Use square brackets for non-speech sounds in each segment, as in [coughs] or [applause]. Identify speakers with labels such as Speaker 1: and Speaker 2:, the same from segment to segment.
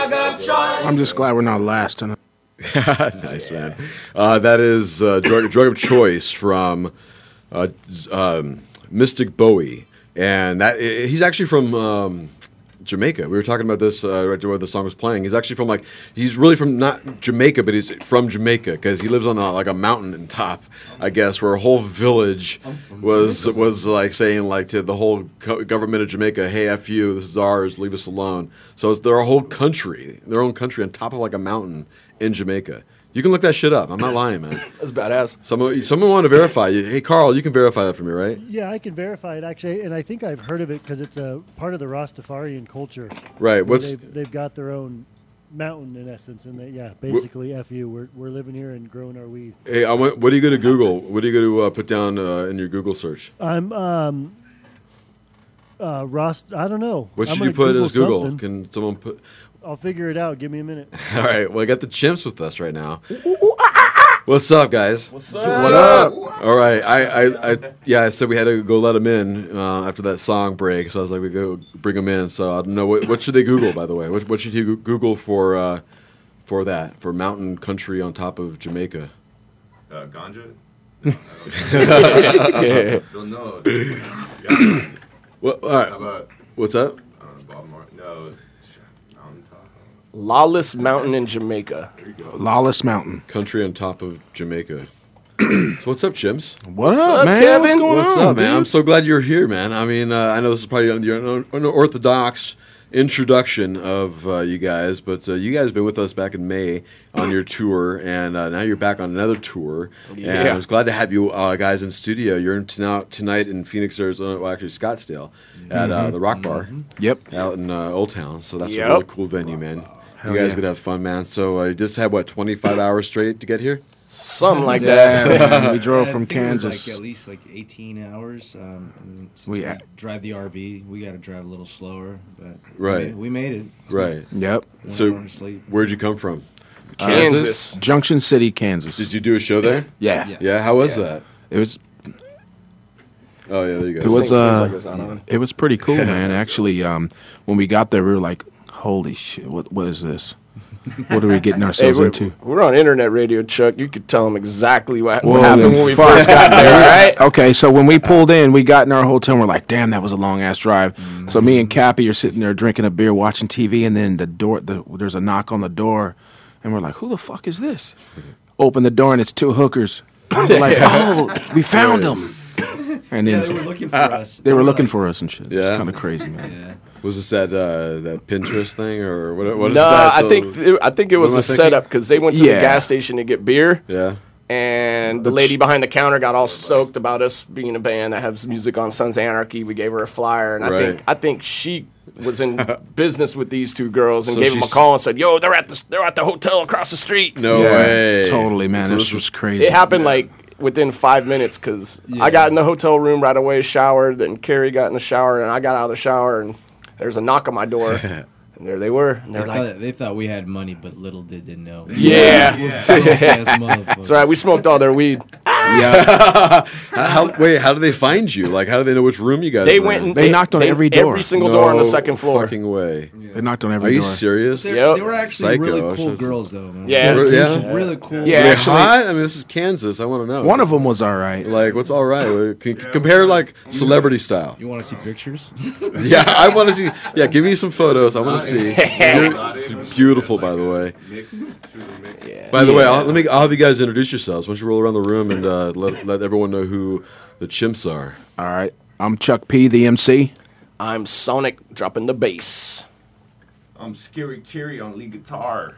Speaker 1: Uh,
Speaker 2: I'm just glad we're not last tonight.
Speaker 3: [laughs] nice man. Uh, that is uh, drug, drug of choice from uh, z- um, Mystic Bowie, and that i- i- he's actually from um, Jamaica. We were talking about this uh, right where the song was playing. He's actually from like he's really from not Jamaica, but he's from Jamaica because he lives on a, like a mountain and top, I guess, where a whole village was was like saying like to the whole co- government of Jamaica, "Hey, f you, this is ours, leave us alone." So it's their whole country, their own country on top of like a mountain in Jamaica. You can look that shit up. I'm not lying, man.
Speaker 2: That's badass.
Speaker 3: Someone, someone wanted to verify. you. Hey, Carl, you can verify that for me, right?
Speaker 4: Yeah, I can verify it actually, and I think I've heard of it because it's a part of the Rastafarian culture.
Speaker 3: Right.
Speaker 4: where
Speaker 3: What's
Speaker 4: they've, they've got their own mountain in essence, and they, yeah, basically, f you. We're we're living here and growing our weed.
Speaker 3: hey? I want, what are you going to Google? What are you going to uh, put down uh, in your Google search?
Speaker 4: I'm um, uh, Rast. I don't know.
Speaker 3: What
Speaker 4: I'm
Speaker 3: should you
Speaker 4: gonna
Speaker 3: put as Google?
Speaker 4: something.
Speaker 3: Can someone put?
Speaker 4: I'll figure it out. Give me
Speaker 3: [laughs]
Speaker 4: a minute.
Speaker 3: All right. Well, I got the chimps with us right now. What's up, guys? What's up?
Speaker 2: ah, What up?
Speaker 3: All right. I, I, I yeah. I said we had to go let them in uh, after that song break, so I was like, we go bring them in. So I don't know what, what should they Google by the way. What, what should you Google for uh, for that for mountain country on top of Jamaica?
Speaker 1: Uh, ganja? No, I don't know. [laughs] don't know. Yeah.
Speaker 3: What, all right.
Speaker 1: How about
Speaker 3: What's up?
Speaker 1: I don't know, Uh, Bob Marley? No, sh- Mountain Top.
Speaker 5: Lawless Mountain in Jamaica.
Speaker 2: Lawless Mountain.
Speaker 3: Country on top of Jamaica. [clears throat] so what's up, chimps?
Speaker 2: What
Speaker 5: What's
Speaker 2: up,
Speaker 5: up,
Speaker 2: man?
Speaker 5: Kevin?
Speaker 2: What's going
Speaker 3: What's
Speaker 2: on,
Speaker 3: up, man? I'm
Speaker 2: dude?
Speaker 3: so glad you're here, man. I mean, uh, I know this is probably un- your un- unorthodox introduction of uh, you guys, but uh, you guys been with us back in May on your tour, and uh, now you're back on another tour. And I
Speaker 5: Yeah.
Speaker 3: was glad to have you uh, guys in studio. You're in t- now, tonight in Phoenix, Arizona, well, actually Scottsdale, at uh, the Rock Bar
Speaker 2: Yep.
Speaker 3: out in uh, Old Town. So that's
Speaker 5: Yep.
Speaker 3: a really cool venue, man.
Speaker 2: Hell
Speaker 3: you guys
Speaker 2: yeah.
Speaker 3: could have fun, man. So uh, you just had what 25 hours straight to get here.
Speaker 5: Something like
Speaker 2: Yeah,
Speaker 5: that. [laughs]
Speaker 2: man, we drove
Speaker 6: I
Speaker 2: from
Speaker 6: think it was,
Speaker 2: Kansas.
Speaker 6: Like at least like 18 hours. Um, and since
Speaker 2: We
Speaker 6: we,
Speaker 2: a-
Speaker 6: drive the RV, we got to drive a little slower. But
Speaker 3: Right.
Speaker 6: we, we made it.
Speaker 3: Right.
Speaker 2: Yep.
Speaker 6: One
Speaker 3: So
Speaker 6: hour of sleep.
Speaker 3: where'd you come from?
Speaker 5: Kansas.
Speaker 2: Junction City, Kansas.
Speaker 3: Did you do a show there?
Speaker 2: yeah.
Speaker 6: Yeah.
Speaker 3: Yeah. How was
Speaker 5: Yeah.
Speaker 3: that?
Speaker 2: It was
Speaker 3: Oh yeah, there you go.
Speaker 2: It
Speaker 5: This
Speaker 2: was,
Speaker 5: thing seems
Speaker 2: uh,
Speaker 5: like it's not on.
Speaker 2: it was pretty
Speaker 5: [laughs]
Speaker 2: cool, man. Actually, um, when we got there, we were like, "Holy shit! What what is this? What are we getting
Speaker 5: Hey,
Speaker 2: ourselves
Speaker 5: we're,
Speaker 2: into?"
Speaker 5: we're on internet radio, Chuck. You could tell them exactly what,
Speaker 2: Whoa,
Speaker 5: what happened
Speaker 2: then
Speaker 5: when we
Speaker 2: fuck.
Speaker 5: first got there, all
Speaker 3: [laughs]
Speaker 2: [laughs]
Speaker 5: right?
Speaker 2: Okay, so when we pulled in, we got in our hotel and we're like, damn, that was a long ass drive. So me and Cappy are sitting there drinking a beer, watching TV, and then the door, the, there's a knock on the door, and we're like, who the fuck is this? Open the door and it's two hookers. We're like, oh, we found them. And
Speaker 6: [laughs] Yeah,
Speaker 2: then
Speaker 6: they were looking for us.
Speaker 2: they were looking
Speaker 6: like-
Speaker 2: for us and shit.
Speaker 3: Yeah.
Speaker 2: It's kind of crazy, man.
Speaker 6: [laughs] Yeah.
Speaker 3: Was this that uh, that Pinterest thing or what? What is
Speaker 5: Nah,
Speaker 3: that?
Speaker 5: I
Speaker 3: uh,
Speaker 5: think it, I think it was
Speaker 3: am I
Speaker 5: a
Speaker 3: thinking?
Speaker 5: setup because they went to
Speaker 2: Yeah.
Speaker 5: the gas station to get beer,
Speaker 3: yeah.
Speaker 5: and the lady behind the counter got all stoked about us being a band that has music on Sons of Anarchy. We gave her a flyer, and I
Speaker 3: Right.
Speaker 5: think I think she
Speaker 3: [laughs]
Speaker 5: was in business with these two girls and
Speaker 3: So
Speaker 5: gave them a
Speaker 3: she's-
Speaker 5: call and said, "Yo, they're at the they're at the hotel across the street."
Speaker 3: No
Speaker 2: Yeah,
Speaker 3: way.
Speaker 2: Totally, man.
Speaker 3: So
Speaker 2: this
Speaker 3: this
Speaker 2: was
Speaker 3: [laughs] was
Speaker 2: crazy.
Speaker 5: It happened like within five minutes because I got in the hotel room right away, showered, then Carrie got in the shower, and I got out of the shower, and there's a knock on
Speaker 2: [laughs]
Speaker 5: my door, and there they were, and
Speaker 6: They
Speaker 5: they're
Speaker 6: thought,
Speaker 5: like,
Speaker 6: they thought we had money, but little did they know.
Speaker 5: "Yeah,
Speaker 6: That's
Speaker 5: that's right, we smoked all
Speaker 2: [laughs]
Speaker 5: their weed."
Speaker 2: yeah.
Speaker 3: how, wait, how do they find you? Like, how do they know which room you guys?
Speaker 5: They
Speaker 3: were
Speaker 5: went
Speaker 3: in?
Speaker 5: and
Speaker 2: They knocked on every door.
Speaker 5: every single door on the second floor.
Speaker 3: Fucking way.
Speaker 2: They knocked on every
Speaker 3: Are you
Speaker 2: door.
Speaker 3: serious?
Speaker 6: They
Speaker 5: Yep.
Speaker 6: were actually
Speaker 3: Psycho,
Speaker 6: really
Speaker 3: so-
Speaker 6: cool girls, though, man.
Speaker 5: Yeah.
Speaker 6: They were
Speaker 3: Yeah.
Speaker 6: Really cool.
Speaker 5: Yeah.
Speaker 3: Are they
Speaker 2: Actually-
Speaker 3: hot? I mean, this is Kansas. I want to know.
Speaker 2: One of
Speaker 3: Just,
Speaker 2: them was all right.
Speaker 3: Like, what's all right? What- Can, compare like celebrity style.
Speaker 6: You want to see pictures?
Speaker 3: Yeah, I want to see. Yeah, give me some photos. I want to see.
Speaker 1: Yeah.
Speaker 3: It's beautiful, by the way.
Speaker 1: Mixed. She was a mix. Yeah.
Speaker 3: By the way, I'll, let me. I'll have you guys introduce yourselves. Why don't you roll around the room and uh, let let everyone know who the chimps are.
Speaker 2: All right. I'm Chuck P, the MC.
Speaker 5: I'm Sonic dropping the bass.
Speaker 1: I'm Scary Curie on lead guitar.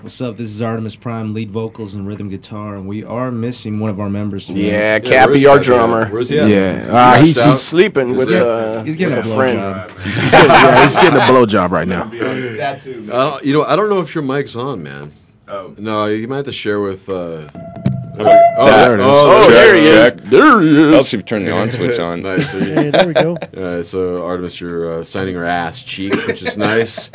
Speaker 6: What's up? This is Artemis Prime, lead vocals and rhythm guitar, and we are missing one of our members.
Speaker 2: Mm.
Speaker 6: tonight.
Speaker 5: Yeah,
Speaker 3: Yeah, where's
Speaker 5: Cappy, our
Speaker 3: Cappy at?
Speaker 5: drummer.
Speaker 3: Where's he at?
Speaker 2: Uh,
Speaker 3: He's
Speaker 2: he's,
Speaker 3: out.
Speaker 2: he's,
Speaker 5: Sleeping with
Speaker 3: there-
Speaker 5: a,
Speaker 6: He's getting
Speaker 5: with
Speaker 6: a
Speaker 5: friend.
Speaker 2: [laughs]
Speaker 6: blowjob.
Speaker 2: yeah, he's getting a blowjob right now.
Speaker 1: That too.
Speaker 3: I don't, you know, I don't know if your mic's on, man.
Speaker 1: Oh.
Speaker 3: No, you might have to share with. Uh, oh,
Speaker 2: there it is.
Speaker 3: there
Speaker 5: Oh, there he is.
Speaker 7: Check.
Speaker 5: There he is.
Speaker 7: Helps you turn the on switch on.
Speaker 3: Nice. So, you,
Speaker 4: Hey, there we go.
Speaker 3: all right, uh, so Artemis, you're uh, signing her ass cheek, which is nice.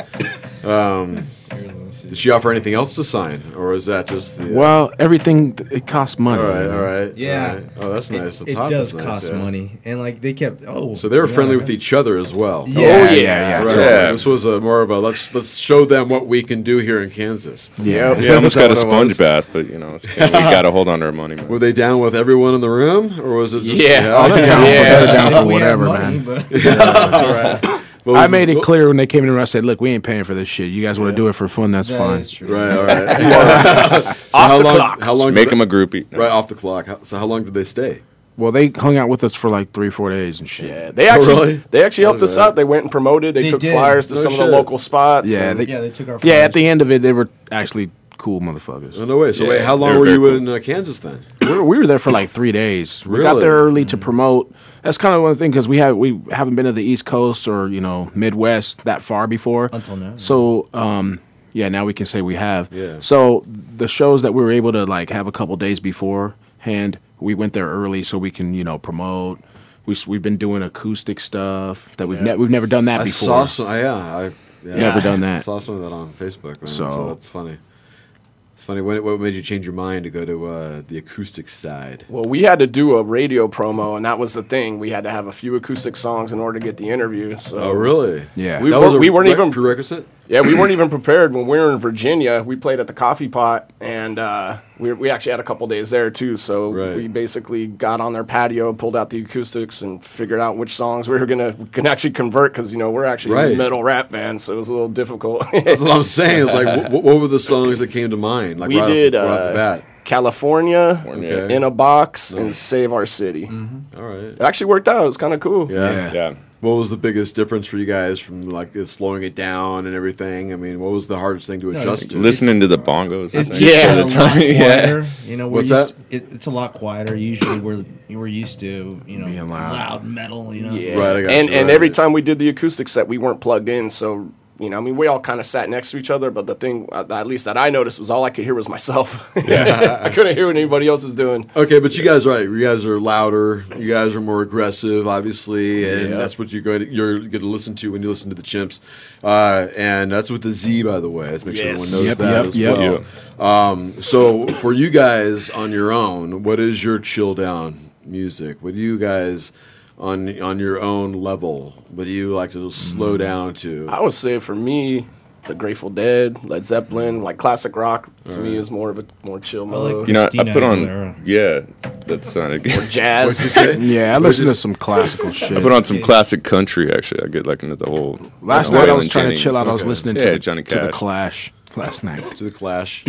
Speaker 3: Did she offer anything else to sign, or is that just the?
Speaker 2: Well, everything th- it costs money.
Speaker 3: all right,
Speaker 2: you know?
Speaker 3: all right.
Speaker 6: Yeah.
Speaker 3: all right. Oh, that's
Speaker 6: It-
Speaker 3: nice. The
Speaker 6: it,
Speaker 3: top
Speaker 6: does
Speaker 3: is nice,
Speaker 6: cost
Speaker 3: yeah.
Speaker 6: money, and like they kept. Oh,
Speaker 3: So they were
Speaker 6: yeah.
Speaker 3: friendly with each other as well.
Speaker 6: Yeah, Oh, yeah,
Speaker 2: yeah,
Speaker 3: Right.
Speaker 2: totally.
Speaker 3: This was a more of a let's let's show them what we can do here in Kansas.
Speaker 2: Yeah.
Speaker 7: Yeah, almost got a
Speaker 3: Is that what it was?
Speaker 7: sponge bath, but you know, it's- we got to hold on to our money. man.
Speaker 3: Were they down with everyone in the room, or was it just
Speaker 5: [laughs] Yeah.
Speaker 2: Oh, they're down,
Speaker 5: Yeah.
Speaker 2: For, they're down
Speaker 6: [laughs] Yeah,
Speaker 2: for
Speaker 6: we had
Speaker 2: whatever,
Speaker 6: money,
Speaker 2: man.
Speaker 6: but-
Speaker 3: all right. What was
Speaker 2: I made it
Speaker 3: what-
Speaker 2: clear when they came in and I said, "Look, we ain't paying for this shit. You guys want to do it for fun? That's
Speaker 6: That
Speaker 2: fine."
Speaker 6: is true.
Speaker 3: [laughs] Right, all right. [laughs] So how
Speaker 5: the
Speaker 3: long?
Speaker 5: clock.
Speaker 3: How [laughs] long?
Speaker 7: Just
Speaker 3: did
Speaker 7: make
Speaker 3: they-
Speaker 7: them a groupie. No.
Speaker 3: right off the clock. How, so how long did they stay?
Speaker 2: Well, they hung out with us for like three, four days and shit.
Speaker 5: Yeah, they actually
Speaker 3: really?
Speaker 5: they actually helped us
Speaker 3: that.
Speaker 5: out. They went and promoted. They,
Speaker 6: They
Speaker 5: took
Speaker 6: did.
Speaker 5: flyers to
Speaker 3: No
Speaker 5: some of
Speaker 3: shit.
Speaker 5: the local spots.
Speaker 2: Yeah,
Speaker 5: and-
Speaker 2: they-
Speaker 6: Yeah, they took our.
Speaker 2: Yeah, at
Speaker 6: phones.
Speaker 2: the end of it, they were actually cool motherfuckers.
Speaker 3: Oh, no way. So
Speaker 7: Yeah,
Speaker 3: wait, how
Speaker 7: they
Speaker 3: long
Speaker 7: were
Speaker 3: were
Speaker 7: very
Speaker 3: you
Speaker 7: cool.
Speaker 3: in uh, Kansas then?
Speaker 2: we were, we were there for like three days. We got
Speaker 3: Really? Mm.
Speaker 2: there early to promote. That's kind of one of the things because we have we haven't been to the East Coast or you know Midwest that far before
Speaker 6: Until now.
Speaker 2: So um, yeah, now we can say we have.
Speaker 3: Yeah.
Speaker 2: So the shows that we were able to like have a couple days beforehand, we went there early so we can you know promote. We s- we've been doing acoustic stuff that we've ne- we've never done that
Speaker 3: I
Speaker 2: before.
Speaker 3: saw some. I- Yeah, I yeah,
Speaker 2: Never done that.
Speaker 3: Saw some of that on Facebook. Man, so.
Speaker 2: So-
Speaker 3: that's funny. It's funny. What, what made you change your mind to go to uh, the acoustic side?
Speaker 5: Well, we had to do a radio promo, and that was the thing. We had to have a few acoustic songs in order to get the interview. So
Speaker 3: Oh, really?
Speaker 2: Yeah.
Speaker 5: We
Speaker 3: that
Speaker 5: were-
Speaker 3: was a
Speaker 5: we weren't
Speaker 3: re-
Speaker 5: even-
Speaker 3: prerequisite.
Speaker 5: Yeah, we weren't even prepared when we were in Virginia. We played at the Coffee Pot, and uh, we, we actually had a couple days there too. So
Speaker 3: Right.
Speaker 5: we basically got on their patio, pulled out the acoustics, and figured out which songs we were gonna can actually convert because you know we're actually a
Speaker 3: Right.
Speaker 5: metal rap band, so it was a little difficult. [laughs]
Speaker 3: That's what I'm saying. It's like, wh- wh- what were the songs that came to mind? Like
Speaker 5: we
Speaker 3: right
Speaker 5: did
Speaker 3: off, the- right
Speaker 5: uh,
Speaker 3: off
Speaker 5: California,
Speaker 7: California.
Speaker 3: Okay.
Speaker 5: in a box, and Save Our City.
Speaker 3: the bat. All right.
Speaker 5: It actually worked out. It was kind of cool.
Speaker 3: Yeah.
Speaker 2: Yeah.
Speaker 7: Yeah.
Speaker 3: What was the biggest difference for you guys from like it slowing it down and everything? I mean, what was the hardest thing to
Speaker 6: No,
Speaker 3: adjust
Speaker 6: it's-
Speaker 3: to?
Speaker 7: Listening to the bongos. I
Speaker 6: It's just
Speaker 7: think.
Speaker 6: yeah, a lot quieter. You know, we're
Speaker 3: What's
Speaker 6: used,
Speaker 3: that?
Speaker 6: It, it's a lot quieter. Usually, we're we're used to you know
Speaker 2: Being loud.
Speaker 6: loud. metal. You know,
Speaker 5: Yeah.
Speaker 3: Right, I got
Speaker 5: and
Speaker 3: you,
Speaker 5: and
Speaker 3: right.
Speaker 5: every time we did the acoustic set, we weren't plugged in, so you know, I mean, we all kind of sat next to each other. But the thing, uh, at least that I noticed, was all I could hear was myself. [laughs] I couldn't hear what anybody else was doing.
Speaker 3: Okay, but you guys are right. You guys are louder. You guys are more aggressive, obviously, and that's what you're going to you're going to listen to when you listen to the Chimps, uh, and that's with the Z, by the way. Let's make sure everyone knows
Speaker 2: Yep,
Speaker 3: that
Speaker 2: yep,
Speaker 3: as
Speaker 2: yep.
Speaker 3: well. Um, so, for you guys on your own, what is your chill down music? What do you guys on on your own level? What do you like to
Speaker 2: Mm.
Speaker 3: slow down to?
Speaker 5: I would say for me, the Grateful Dead, Led Zeppelin, like classic rock, to me is more of a more chill
Speaker 6: like-
Speaker 5: mode.
Speaker 7: [laughs] You know, I
Speaker 6: Christina
Speaker 7: put on.
Speaker 6: Aguilera.
Speaker 7: Yeah, that sounded good.
Speaker 5: Jazz,
Speaker 2: Yeah, I
Speaker 3: What
Speaker 2: listened to
Speaker 3: is-
Speaker 2: some
Speaker 3: [laughs]
Speaker 2: classical shit.
Speaker 7: [laughs] I put on some classic country. Actually, I get like into the whole.
Speaker 2: Last
Speaker 7: like,
Speaker 2: night I
Speaker 7: Waylon
Speaker 2: was trying
Speaker 7: Jennings.
Speaker 2: to chill out. I was
Speaker 3: Okay.
Speaker 2: listening
Speaker 7: Yeah,
Speaker 2: to, the,
Speaker 7: Johnny
Speaker 2: to the
Speaker 7: Cash.
Speaker 2: Clash last night.
Speaker 3: to
Speaker 2: [laughs]
Speaker 3: the Clash.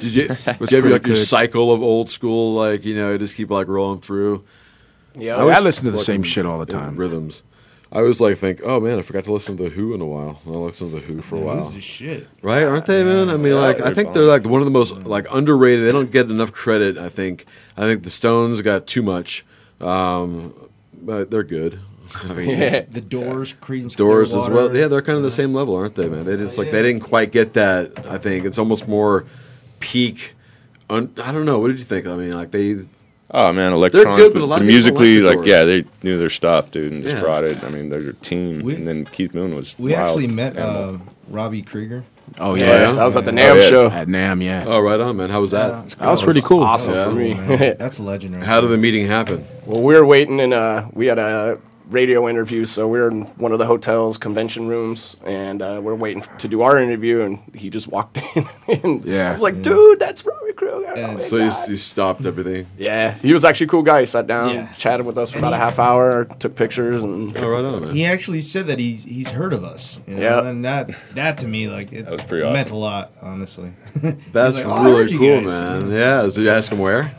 Speaker 3: Did you, did you have
Speaker 2: pretty
Speaker 3: like your
Speaker 2: good.
Speaker 3: cycle of old school, like you know, just keep like rolling through?
Speaker 5: [laughs] yeah,
Speaker 2: I,
Speaker 3: was
Speaker 2: listen to the
Speaker 3: fucking-
Speaker 2: same shit all the
Speaker 3: yeah,
Speaker 2: time.
Speaker 3: Rhythms. I always like think, oh man, I forgot to listen to the Who in a while. I listened to the Who for a
Speaker 6: Who's
Speaker 3: while,
Speaker 6: the shit?
Speaker 3: right? Aren't they, man? I mean,
Speaker 7: Yeah,
Speaker 3: like I
Speaker 7: they're
Speaker 3: think
Speaker 7: bomb.
Speaker 3: they're like one of the most like underrated. They don't get enough credit. I think. I think the Stones got too much, um, but they're good. [laughs] I mean,
Speaker 6: The Doors, Creedence
Speaker 3: Doors as
Speaker 6: Clearwater.
Speaker 3: well. Yeah, they're kind of the same level, aren't they, man? They just like they didn't quite get that. I think it's almost more peak. Un- I don't know. What did you think? I mean, like they.
Speaker 7: Oh man,
Speaker 3: good,
Speaker 7: electronic.
Speaker 3: but a lot of people don't like
Speaker 7: musically,
Speaker 3: the
Speaker 7: like,
Speaker 3: Doors.
Speaker 7: yeah, they knew their stuff, dude, and just
Speaker 3: Yeah.
Speaker 7: brought it. I mean, they're your team.
Speaker 6: We-
Speaker 7: and then Keith Moon was.
Speaker 6: We
Speaker 7: wild
Speaker 6: actually met
Speaker 7: animal.
Speaker 6: uh, Robbie Krieger.
Speaker 2: Oh
Speaker 3: Yeah.
Speaker 2: yeah,
Speaker 5: that was at the
Speaker 7: Oh,
Speaker 5: Nam
Speaker 7: yeah.
Speaker 5: show.
Speaker 2: at Nam. Yeah,
Speaker 3: Oh, right on, man. How was that?
Speaker 6: Uh,
Speaker 2: that was pretty cool.
Speaker 5: Awesome
Speaker 3: Yeah.
Speaker 5: for me.
Speaker 6: Oh,
Speaker 5: [laughs]
Speaker 6: man. That's a legend, right?
Speaker 3: How did
Speaker 6: there.
Speaker 3: the meeting happen?
Speaker 5: Well, we were waiting, and uh, we had a radio interview, so we were in one of the hotel's convention rooms, and uh, we're waiting to do our interview, and he just walked [laughs] in. and
Speaker 2: Yeah.
Speaker 5: I was like, dude, that's Robbie Kruger.
Speaker 6: Yeah.
Speaker 5: Oh my
Speaker 3: So you,
Speaker 5: God."
Speaker 3: you stopped everything.
Speaker 5: yeah, he was actually a cool guy. He sat down,
Speaker 6: Yeah.
Speaker 5: chatted with us for
Speaker 6: And
Speaker 5: about a
Speaker 6: he-
Speaker 5: half hour, took pictures, and
Speaker 3: Oh, right on, man.
Speaker 6: He actually said that he's he's heard of us. You know?
Speaker 5: Yeah.
Speaker 6: and that that to me like it
Speaker 7: That was pretty awesome.
Speaker 6: meant a lot, honestly. [laughs]
Speaker 3: That's
Speaker 6: He's like, "Oh, I heard
Speaker 3: really
Speaker 6: you
Speaker 3: cool,
Speaker 6: guys."
Speaker 3: man. Yeah. So you asked him where?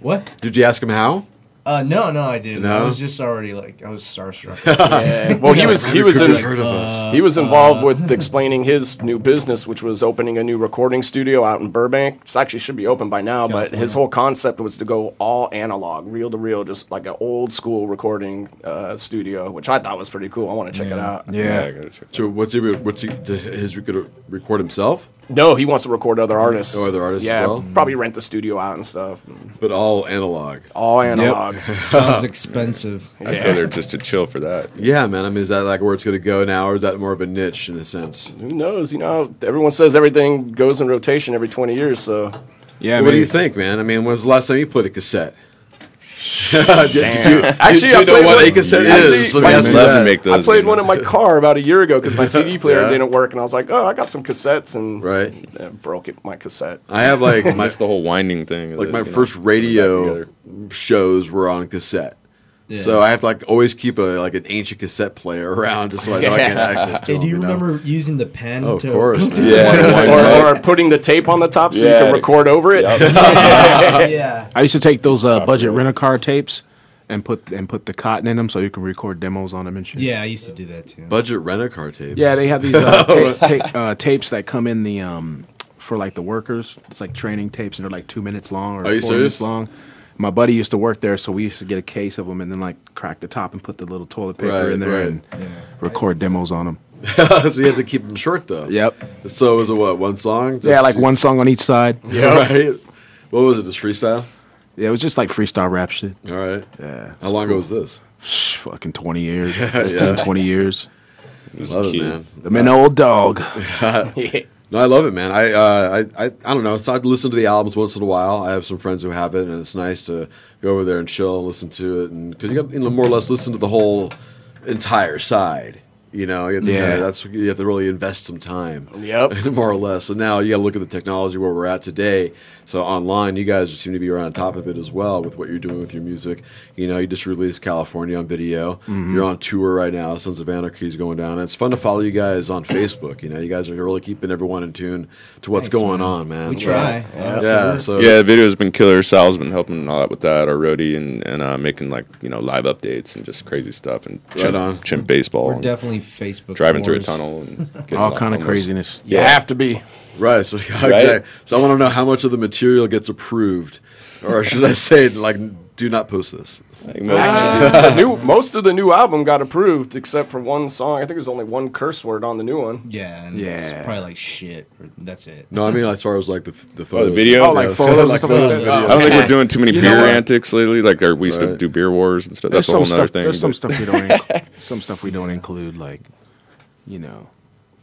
Speaker 6: What?
Speaker 3: Did you ask him how?
Speaker 6: Uh, no, no, I didn't. I
Speaker 3: No?
Speaker 6: was just already like I was starstruck.
Speaker 3: [laughs]
Speaker 5: yeah. [laughs] well, he was he was
Speaker 3: Could've
Speaker 5: in
Speaker 3: heard of us.
Speaker 5: he was involved with
Speaker 3: uh, [laughs]
Speaker 5: explaining his new business, which was opening a new recording studio out in Burbank. It actually should be open by now, but his
Speaker 6: California.
Speaker 5: whole concept was to go all analog, reel to reel, just like an old school recording uh, studio, which I thought was pretty cool. I want to check it
Speaker 6: Yeah.
Speaker 5: out.
Speaker 7: Yeah, I
Speaker 2: yeah.
Speaker 7: gotta check.
Speaker 3: So what's he? What's he? Does his record record himself?
Speaker 5: No, he wants to record other artists.
Speaker 3: Oh, other artists as
Speaker 5: Yeah,
Speaker 3: well?
Speaker 5: probably rent the studio out and stuff.
Speaker 3: but all analog. [laughs]
Speaker 5: All analog.
Speaker 6: Sounds expensive.
Speaker 7: I'd go there just to chill for that.
Speaker 3: Yeah, man. I mean, is that like where it's going to go now, or is that more of a niche in a sense?
Speaker 5: Who knows? You know, everyone says everything goes in rotation every 20 years, so
Speaker 2: Yeah,
Speaker 3: what do
Speaker 2: man.
Speaker 3: you think, man? I mean, when's the last time you played a
Speaker 5: [laughs]
Speaker 3: cassette? Damn. Do, you-
Speaker 5: Actually,
Speaker 3: do
Speaker 5: I
Speaker 3: you know
Speaker 5: played
Speaker 3: what
Speaker 5: one-
Speaker 3: a cassette
Speaker 5: Actually,
Speaker 3: is?
Speaker 5: my-
Speaker 3: ask you
Speaker 7: Love to
Speaker 3: that.
Speaker 7: make
Speaker 5: I
Speaker 7: those,
Speaker 5: played one
Speaker 7: man.
Speaker 5: in my car about a year ago because my CD player
Speaker 3: [laughs] Yeah.
Speaker 5: didn't work, and I was like, "Oh, I got some cassettes," and
Speaker 3: Right.
Speaker 5: uh, broke it my cassette.
Speaker 3: I have
Speaker 5: [laughs]
Speaker 3: like my
Speaker 7: That's the whole winding thing. of
Speaker 3: like
Speaker 7: it,
Speaker 3: my
Speaker 7: you know,
Speaker 3: first
Speaker 7: put it back
Speaker 3: radio
Speaker 7: together.
Speaker 3: shows were on cassette.
Speaker 6: Yeah.
Speaker 3: So I have to like always keep a like an ancient cassette player [laughs] around just so I know I can access to
Speaker 6: Hey,
Speaker 3: it.
Speaker 6: do you remember using the pen?
Speaker 3: Oh, of
Speaker 6: to, [laughs]
Speaker 3: course. man.
Speaker 5: or,
Speaker 7: Yeah.
Speaker 5: or putting the tape on the top so you
Speaker 7: Yeah.
Speaker 5: can record over it.
Speaker 3: [laughs]
Speaker 5: [laughs]
Speaker 6: yeah.
Speaker 2: I used to take those uh, budget rent a car tapes and put and put the cotton in them so you can record demos on them and shit.
Speaker 6: Yeah, I used to do that too.
Speaker 3: Budget rent a car tape. [laughs]
Speaker 2: Yeah, they have these uh, ta- ta- uh, tapes that come in the um, for like the workers. It's like training tapes, and they're like two minutes long or
Speaker 3: Are you
Speaker 2: four minutes
Speaker 3: serious?
Speaker 2: long. My buddy used to work there, so we used to get a case of them and then like crack the top and put the little toilet paper
Speaker 3: Right,
Speaker 2: in there
Speaker 3: right.
Speaker 2: and record demos on them.
Speaker 3: so you have to keep them short though.
Speaker 2: Yep.
Speaker 3: So it was a what one song?
Speaker 2: yeah,
Speaker 3: Just-
Speaker 2: like one song on each side.
Speaker 5: Yeah.
Speaker 3: [laughs] Right. What was it? Just freestyle.
Speaker 2: Yeah, it was just like freestyle rap shit.
Speaker 3: All right.
Speaker 2: Yeah,
Speaker 3: How long ago was this?
Speaker 2: Shh, fucking twenty
Speaker 3: [laughs]
Speaker 2: years, 15, 20 years.
Speaker 3: love it,
Speaker 7: cute.
Speaker 3: man.
Speaker 2: I'm an old dog.
Speaker 3: No, I love it, man. I, uh, I, I, I don't know. So I listen to the albums once in a while. I have some friends who have it, and it's nice to go over there and chill and listen to it, and because you got you know, more or less listen to the whole entire side. You know, you have to
Speaker 2: Yeah.
Speaker 3: kinda- that's you have to really invest some time. [laughs]
Speaker 5: Yep.
Speaker 3: more or less. So now you got to look at the technology where we're at today. So online, you guys seem to be around on top of it as well with what you're doing with your music. You know, you just released California on video.
Speaker 5: Mm-hmm.
Speaker 3: You're on tour right now. Sons of Anarchy is going down. And it's fun to follow you guys
Speaker 5: [coughs]
Speaker 3: on Facebook. You know, you guys are really keeping everyone in tune to what's
Speaker 6: Thanks,
Speaker 3: going
Speaker 6: man.
Speaker 3: on, man.
Speaker 6: We
Speaker 3: So-
Speaker 6: try.
Speaker 3: Yeah. So
Speaker 7: yeah, the video's been killer. Sal's been helping a lot with that already, and and uh, making like you know live updates and just crazy stuff and chimp,
Speaker 3: on.
Speaker 7: chimp baseball,
Speaker 6: We're
Speaker 7: and
Speaker 6: definitely Facebook.
Speaker 7: driving through a
Speaker 6: whores.
Speaker 7: tunnel,
Speaker 6: [laughs]
Speaker 7: and getting
Speaker 2: All
Speaker 7: like
Speaker 2: kind of
Speaker 7: homeless.
Speaker 2: craziness.
Speaker 5: You
Speaker 7: Yeah.
Speaker 5: have to be.
Speaker 3: Right. So [laughs] okay. So I want to know how much of the material gets approved,
Speaker 5: [laughs]
Speaker 3: or should I say, like, do not post this.
Speaker 7: Like most-
Speaker 5: The new- most of the new album got approved except for one song. I think there's only one curse word on the new one.
Speaker 6: Yeah, and
Speaker 2: Yeah.
Speaker 6: It's probably like shit. Or that's it.
Speaker 3: No, I mean as far as like the the
Speaker 7: Oh,
Speaker 3: photos.
Speaker 7: the video.
Speaker 5: Oh, like
Speaker 3: Yeah,
Speaker 5: photos
Speaker 3: [laughs]
Speaker 5: and
Speaker 3: like
Speaker 5: stuff like
Speaker 3: photos
Speaker 5: that?
Speaker 3: and
Speaker 5: Oh.
Speaker 3: videos.
Speaker 7: I don't think we're doing too many
Speaker 2: You know
Speaker 7: beer
Speaker 2: what?
Speaker 7: antics lately. Like, or we used to
Speaker 3: Right.
Speaker 7: do beer wars and stuff.
Speaker 2: there's
Speaker 7: That's a
Speaker 2: some
Speaker 7: whole other
Speaker 2: stuff.
Speaker 7: thing.
Speaker 2: There's some
Speaker 7: but-
Speaker 2: stuff we don't. Inc- some stuff we don't include, like you know.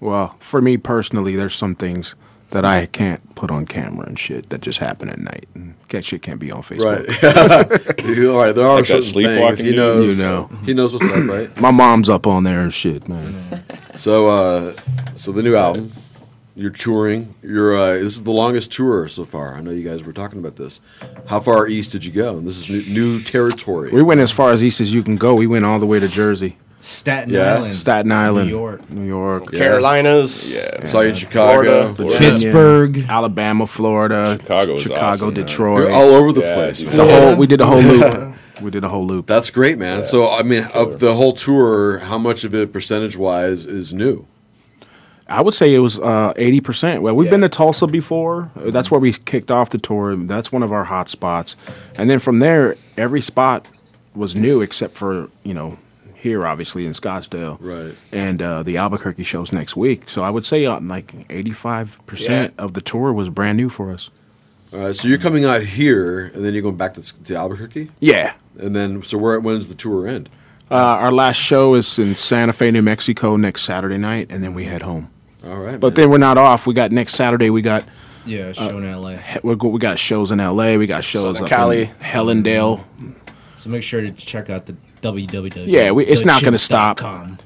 Speaker 2: Well, for me personally, there's some things that I can't put on camera and shit that just happen at night, and that shit can't be on Facebook.
Speaker 3: Right. [laughs] You- All right. There are
Speaker 7: Like
Speaker 3: certain
Speaker 7: that sleepwalking
Speaker 3: things. He
Speaker 7: dude,
Speaker 3: knows.
Speaker 2: you know.
Speaker 3: He knows what's up,
Speaker 7: [laughs]
Speaker 3: right?
Speaker 2: My mom's up on there and shit, man.
Speaker 3: So, uh, so the new album. You're touring. You're. Uh, this is the longest tour so far. I know you guys were talking about this. How far east did you go? And this is new, new territory.
Speaker 2: We went as far as east as you can go. We went all the way to Jersey,
Speaker 6: Staten
Speaker 3: Yeah,
Speaker 6: Island.
Speaker 2: Staten Island,
Speaker 6: New York.
Speaker 2: New York,
Speaker 3: Yeah.
Speaker 5: Carolinas.
Speaker 7: Yeah.
Speaker 3: Saw you in Chicago.
Speaker 5: Florida.
Speaker 2: Virginia,
Speaker 6: Pittsburgh.
Speaker 2: Alabama, Florida,
Speaker 7: Chicago is
Speaker 2: Chicago,
Speaker 7: awesome, man.
Speaker 2: Detroit.
Speaker 3: You're all over the
Speaker 7: Yeah,
Speaker 3: place.
Speaker 7: dude.
Speaker 2: the whole. We did a whole loop. We did a whole loop.
Speaker 3: That's great, man. So, I mean, of the whole tour, how much of it percentage wise is new?
Speaker 2: I would say it was uh, eighty percent. Well, we've
Speaker 7: Yeah.
Speaker 2: been to Tulsa before. Uh, That's where we kicked off the tour. and That's one of our hot spots. And then from there, every spot was new except for you know here, obviously in Scottsdale,
Speaker 3: Right.
Speaker 2: And uh, the Albuquerque shows next week. So I would say uh, like eighty-five percent of the tour was brand new for us.
Speaker 3: All right. So you're coming out here, and then you're going back to, to Albuquerque,
Speaker 2: Yeah.
Speaker 3: and then so where when does the tour end?
Speaker 2: Uh, our last show is in Santa Fe, New Mexico, next Saturday night, and then we head home.
Speaker 3: All right.
Speaker 2: But
Speaker 3: man.
Speaker 2: then we're not off. We got next Saturday. We got
Speaker 6: Yeah, show in LA.
Speaker 7: uh,
Speaker 2: we we got shows in L.A. We got shows
Speaker 5: Southern
Speaker 2: up
Speaker 5: Cali.
Speaker 2: in Hellendale,
Speaker 6: So make sure to check out the www.
Speaker 2: Yeah, we- it's not gonna stop.
Speaker 6: Com.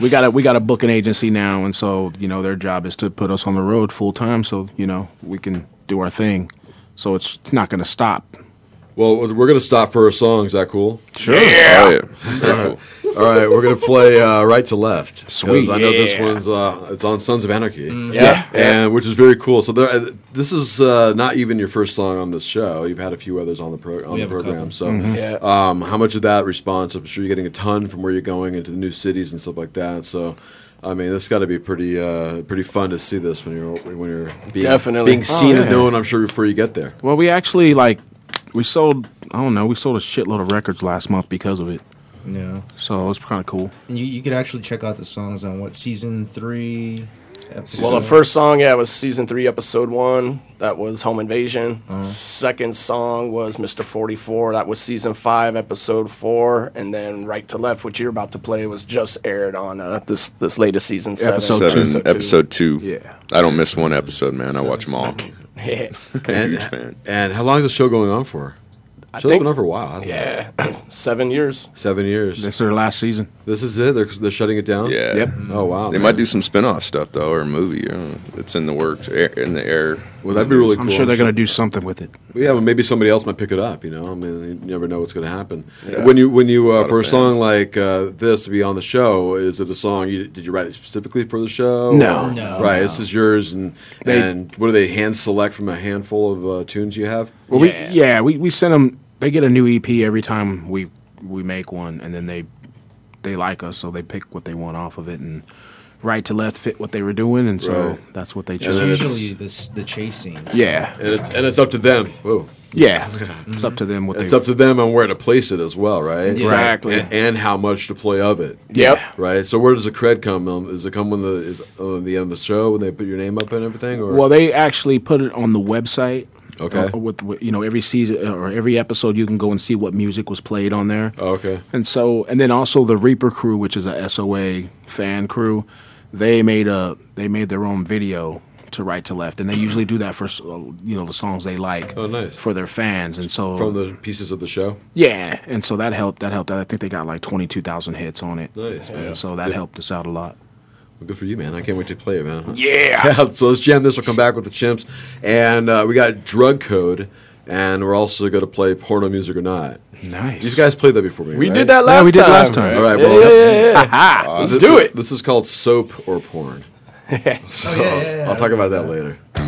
Speaker 2: we got a we got a booking agency now, and so you know their job is to put us on the road full time, so you know we can do our thing. So it's, it's not going to stop.
Speaker 3: Well, we're going to stop for a song. Is that cool?
Speaker 2: Sure.
Speaker 7: Oh, yeah. Very
Speaker 3: All right, we're going to play uh, Right to Left. 'cause
Speaker 2: Sweet.
Speaker 3: I know this
Speaker 5: Yeah.
Speaker 3: one's uh, it's on Sons of Anarchy.
Speaker 5: Yeah.
Speaker 3: And which is very cool. So there, uh, this is uh, not even your first song on this show. You've had a few others on the pro- on
Speaker 6: We
Speaker 3: the
Speaker 6: have a
Speaker 3: program.
Speaker 6: couple.
Speaker 3: So,
Speaker 5: Yeah.
Speaker 3: um, how much of that response? I'm sure you're getting a ton from where you're going into the new cities and stuff like that. So, I mean, that's got to be pretty uh, pretty fun to see this when you're when you're being,
Speaker 5: Definitely.
Speaker 3: being seen
Speaker 2: Oh,
Speaker 3: and
Speaker 2: yeah.
Speaker 3: known. I'm sure before you get there.
Speaker 2: Well, we actually like we sold I don't know we sold a shitload of records last month because of it,
Speaker 6: Yeah.
Speaker 2: so it's kind of cool.
Speaker 6: And you, you could actually check out the songs on what season three,
Speaker 5: Well, the first song, yeah, was season three, episode one. That was Home Invasion. Second song was Mr. 44. That was season five, episode four. And then Right to Left, which you're about to play, was just aired on uh, this this latest season seven.
Speaker 2: Episode two.
Speaker 7: Seven, episode two.
Speaker 2: Yeah.
Speaker 7: I don't miss one episode, man. I watch them all.
Speaker 5: [laughs] Yeah.
Speaker 7: [laughs] I'm a
Speaker 3: And,
Speaker 7: huge
Speaker 2: uh,
Speaker 7: fan.
Speaker 3: and how long is the show going on for? Show's
Speaker 5: think-
Speaker 3: been on for a while. hasn't it?
Speaker 5: yeah. [coughs] Seven years.
Speaker 3: Seven years.
Speaker 2: That's their last season.
Speaker 3: This is it. They're, they're shutting it down.
Speaker 7: Yeah.
Speaker 2: Yep.
Speaker 3: Oh wow.
Speaker 7: They
Speaker 3: man.
Speaker 7: might do some spin-off stuff though, or a movie. I don't know. It's in the works, air, in the air.
Speaker 3: Well, that'd be really.
Speaker 2: I'm
Speaker 3: cool.
Speaker 2: sure they're going to do something with it.
Speaker 3: Yeah, well, maybe somebody else might pick it up. You know, I mean, you never know what's going to happen.
Speaker 7: Yeah.
Speaker 3: When you when you uh,
Speaker 7: lot
Speaker 3: for a
Speaker 7: of
Speaker 3: song
Speaker 7: fans.
Speaker 3: like uh, this to be on the show, is it a song? You, did you write it specifically for the show?
Speaker 2: No.
Speaker 3: Or-
Speaker 6: No,
Speaker 3: right.
Speaker 6: no.
Speaker 3: This is yours, and
Speaker 2: They-
Speaker 3: and what do they hand select from a handful of uh, tunes you have?
Speaker 2: Well,
Speaker 5: Yeah.
Speaker 2: we yeah we we send them. They get a new EP every time we we make one, and then they they like us, so they pick what they want off of it, and right to left fit what they were doing, and so
Speaker 3: Right.
Speaker 2: that's what they
Speaker 6: It's
Speaker 2: chose.
Speaker 6: usually the s- the chase scenes.
Speaker 2: yeah,
Speaker 3: And it's and it's up to them. Whoa.
Speaker 2: yeah. It's up to them what
Speaker 3: It's
Speaker 2: they.
Speaker 3: up to them on where to place it as well, right?
Speaker 5: Exactly.
Speaker 3: And, and how much to play of it.
Speaker 5: Yep.
Speaker 3: Right. So where does the cred come? Um, does it come when the is, uh, the end of the show when they put your name up and everything? Or
Speaker 2: Well, they actually put it on the website.
Speaker 3: Okay.
Speaker 2: uh, with, with you know every season or every episode, you can go and see what music was played on there.
Speaker 3: Oh, okay.
Speaker 2: And so, and then also the Reaper crew, which is a SOA fan crew, they made a they made their own video to right to left, and they usually do that for s- uh, you know the songs they like
Speaker 3: Oh, nice.
Speaker 2: for their fans, and so
Speaker 3: From the pieces of the show.
Speaker 2: yeah, and so that helped. That helped. I think they got like twenty two thousand hits on it.
Speaker 3: Nice, man.
Speaker 2: And so that
Speaker 3: Yeah.
Speaker 2: helped us out a lot.
Speaker 3: Well, good for you, man. I can't wait to play it, man.
Speaker 2: Yeah.
Speaker 3: [laughs] Yeah, so let's jam this. We'll come back with the chimps. And uh, we got Drug Code, and we're also going to play Porno Music or Not.
Speaker 2: Nice.
Speaker 3: These guys played that before me.
Speaker 5: We
Speaker 3: right?
Speaker 5: did that last
Speaker 2: Yeah,
Speaker 5: time.
Speaker 2: we did last time.
Speaker 3: All right,
Speaker 5: Yeah,
Speaker 3: well, Uh, [laughs]
Speaker 5: yeah, yeah, yeah.
Speaker 2: Ah,
Speaker 5: Let's
Speaker 3: th-
Speaker 5: do it. [laughs]
Speaker 3: This is called Soap or Porn. so
Speaker 6: Oh, yeah, yeah, yeah.
Speaker 3: I'll talk about that later.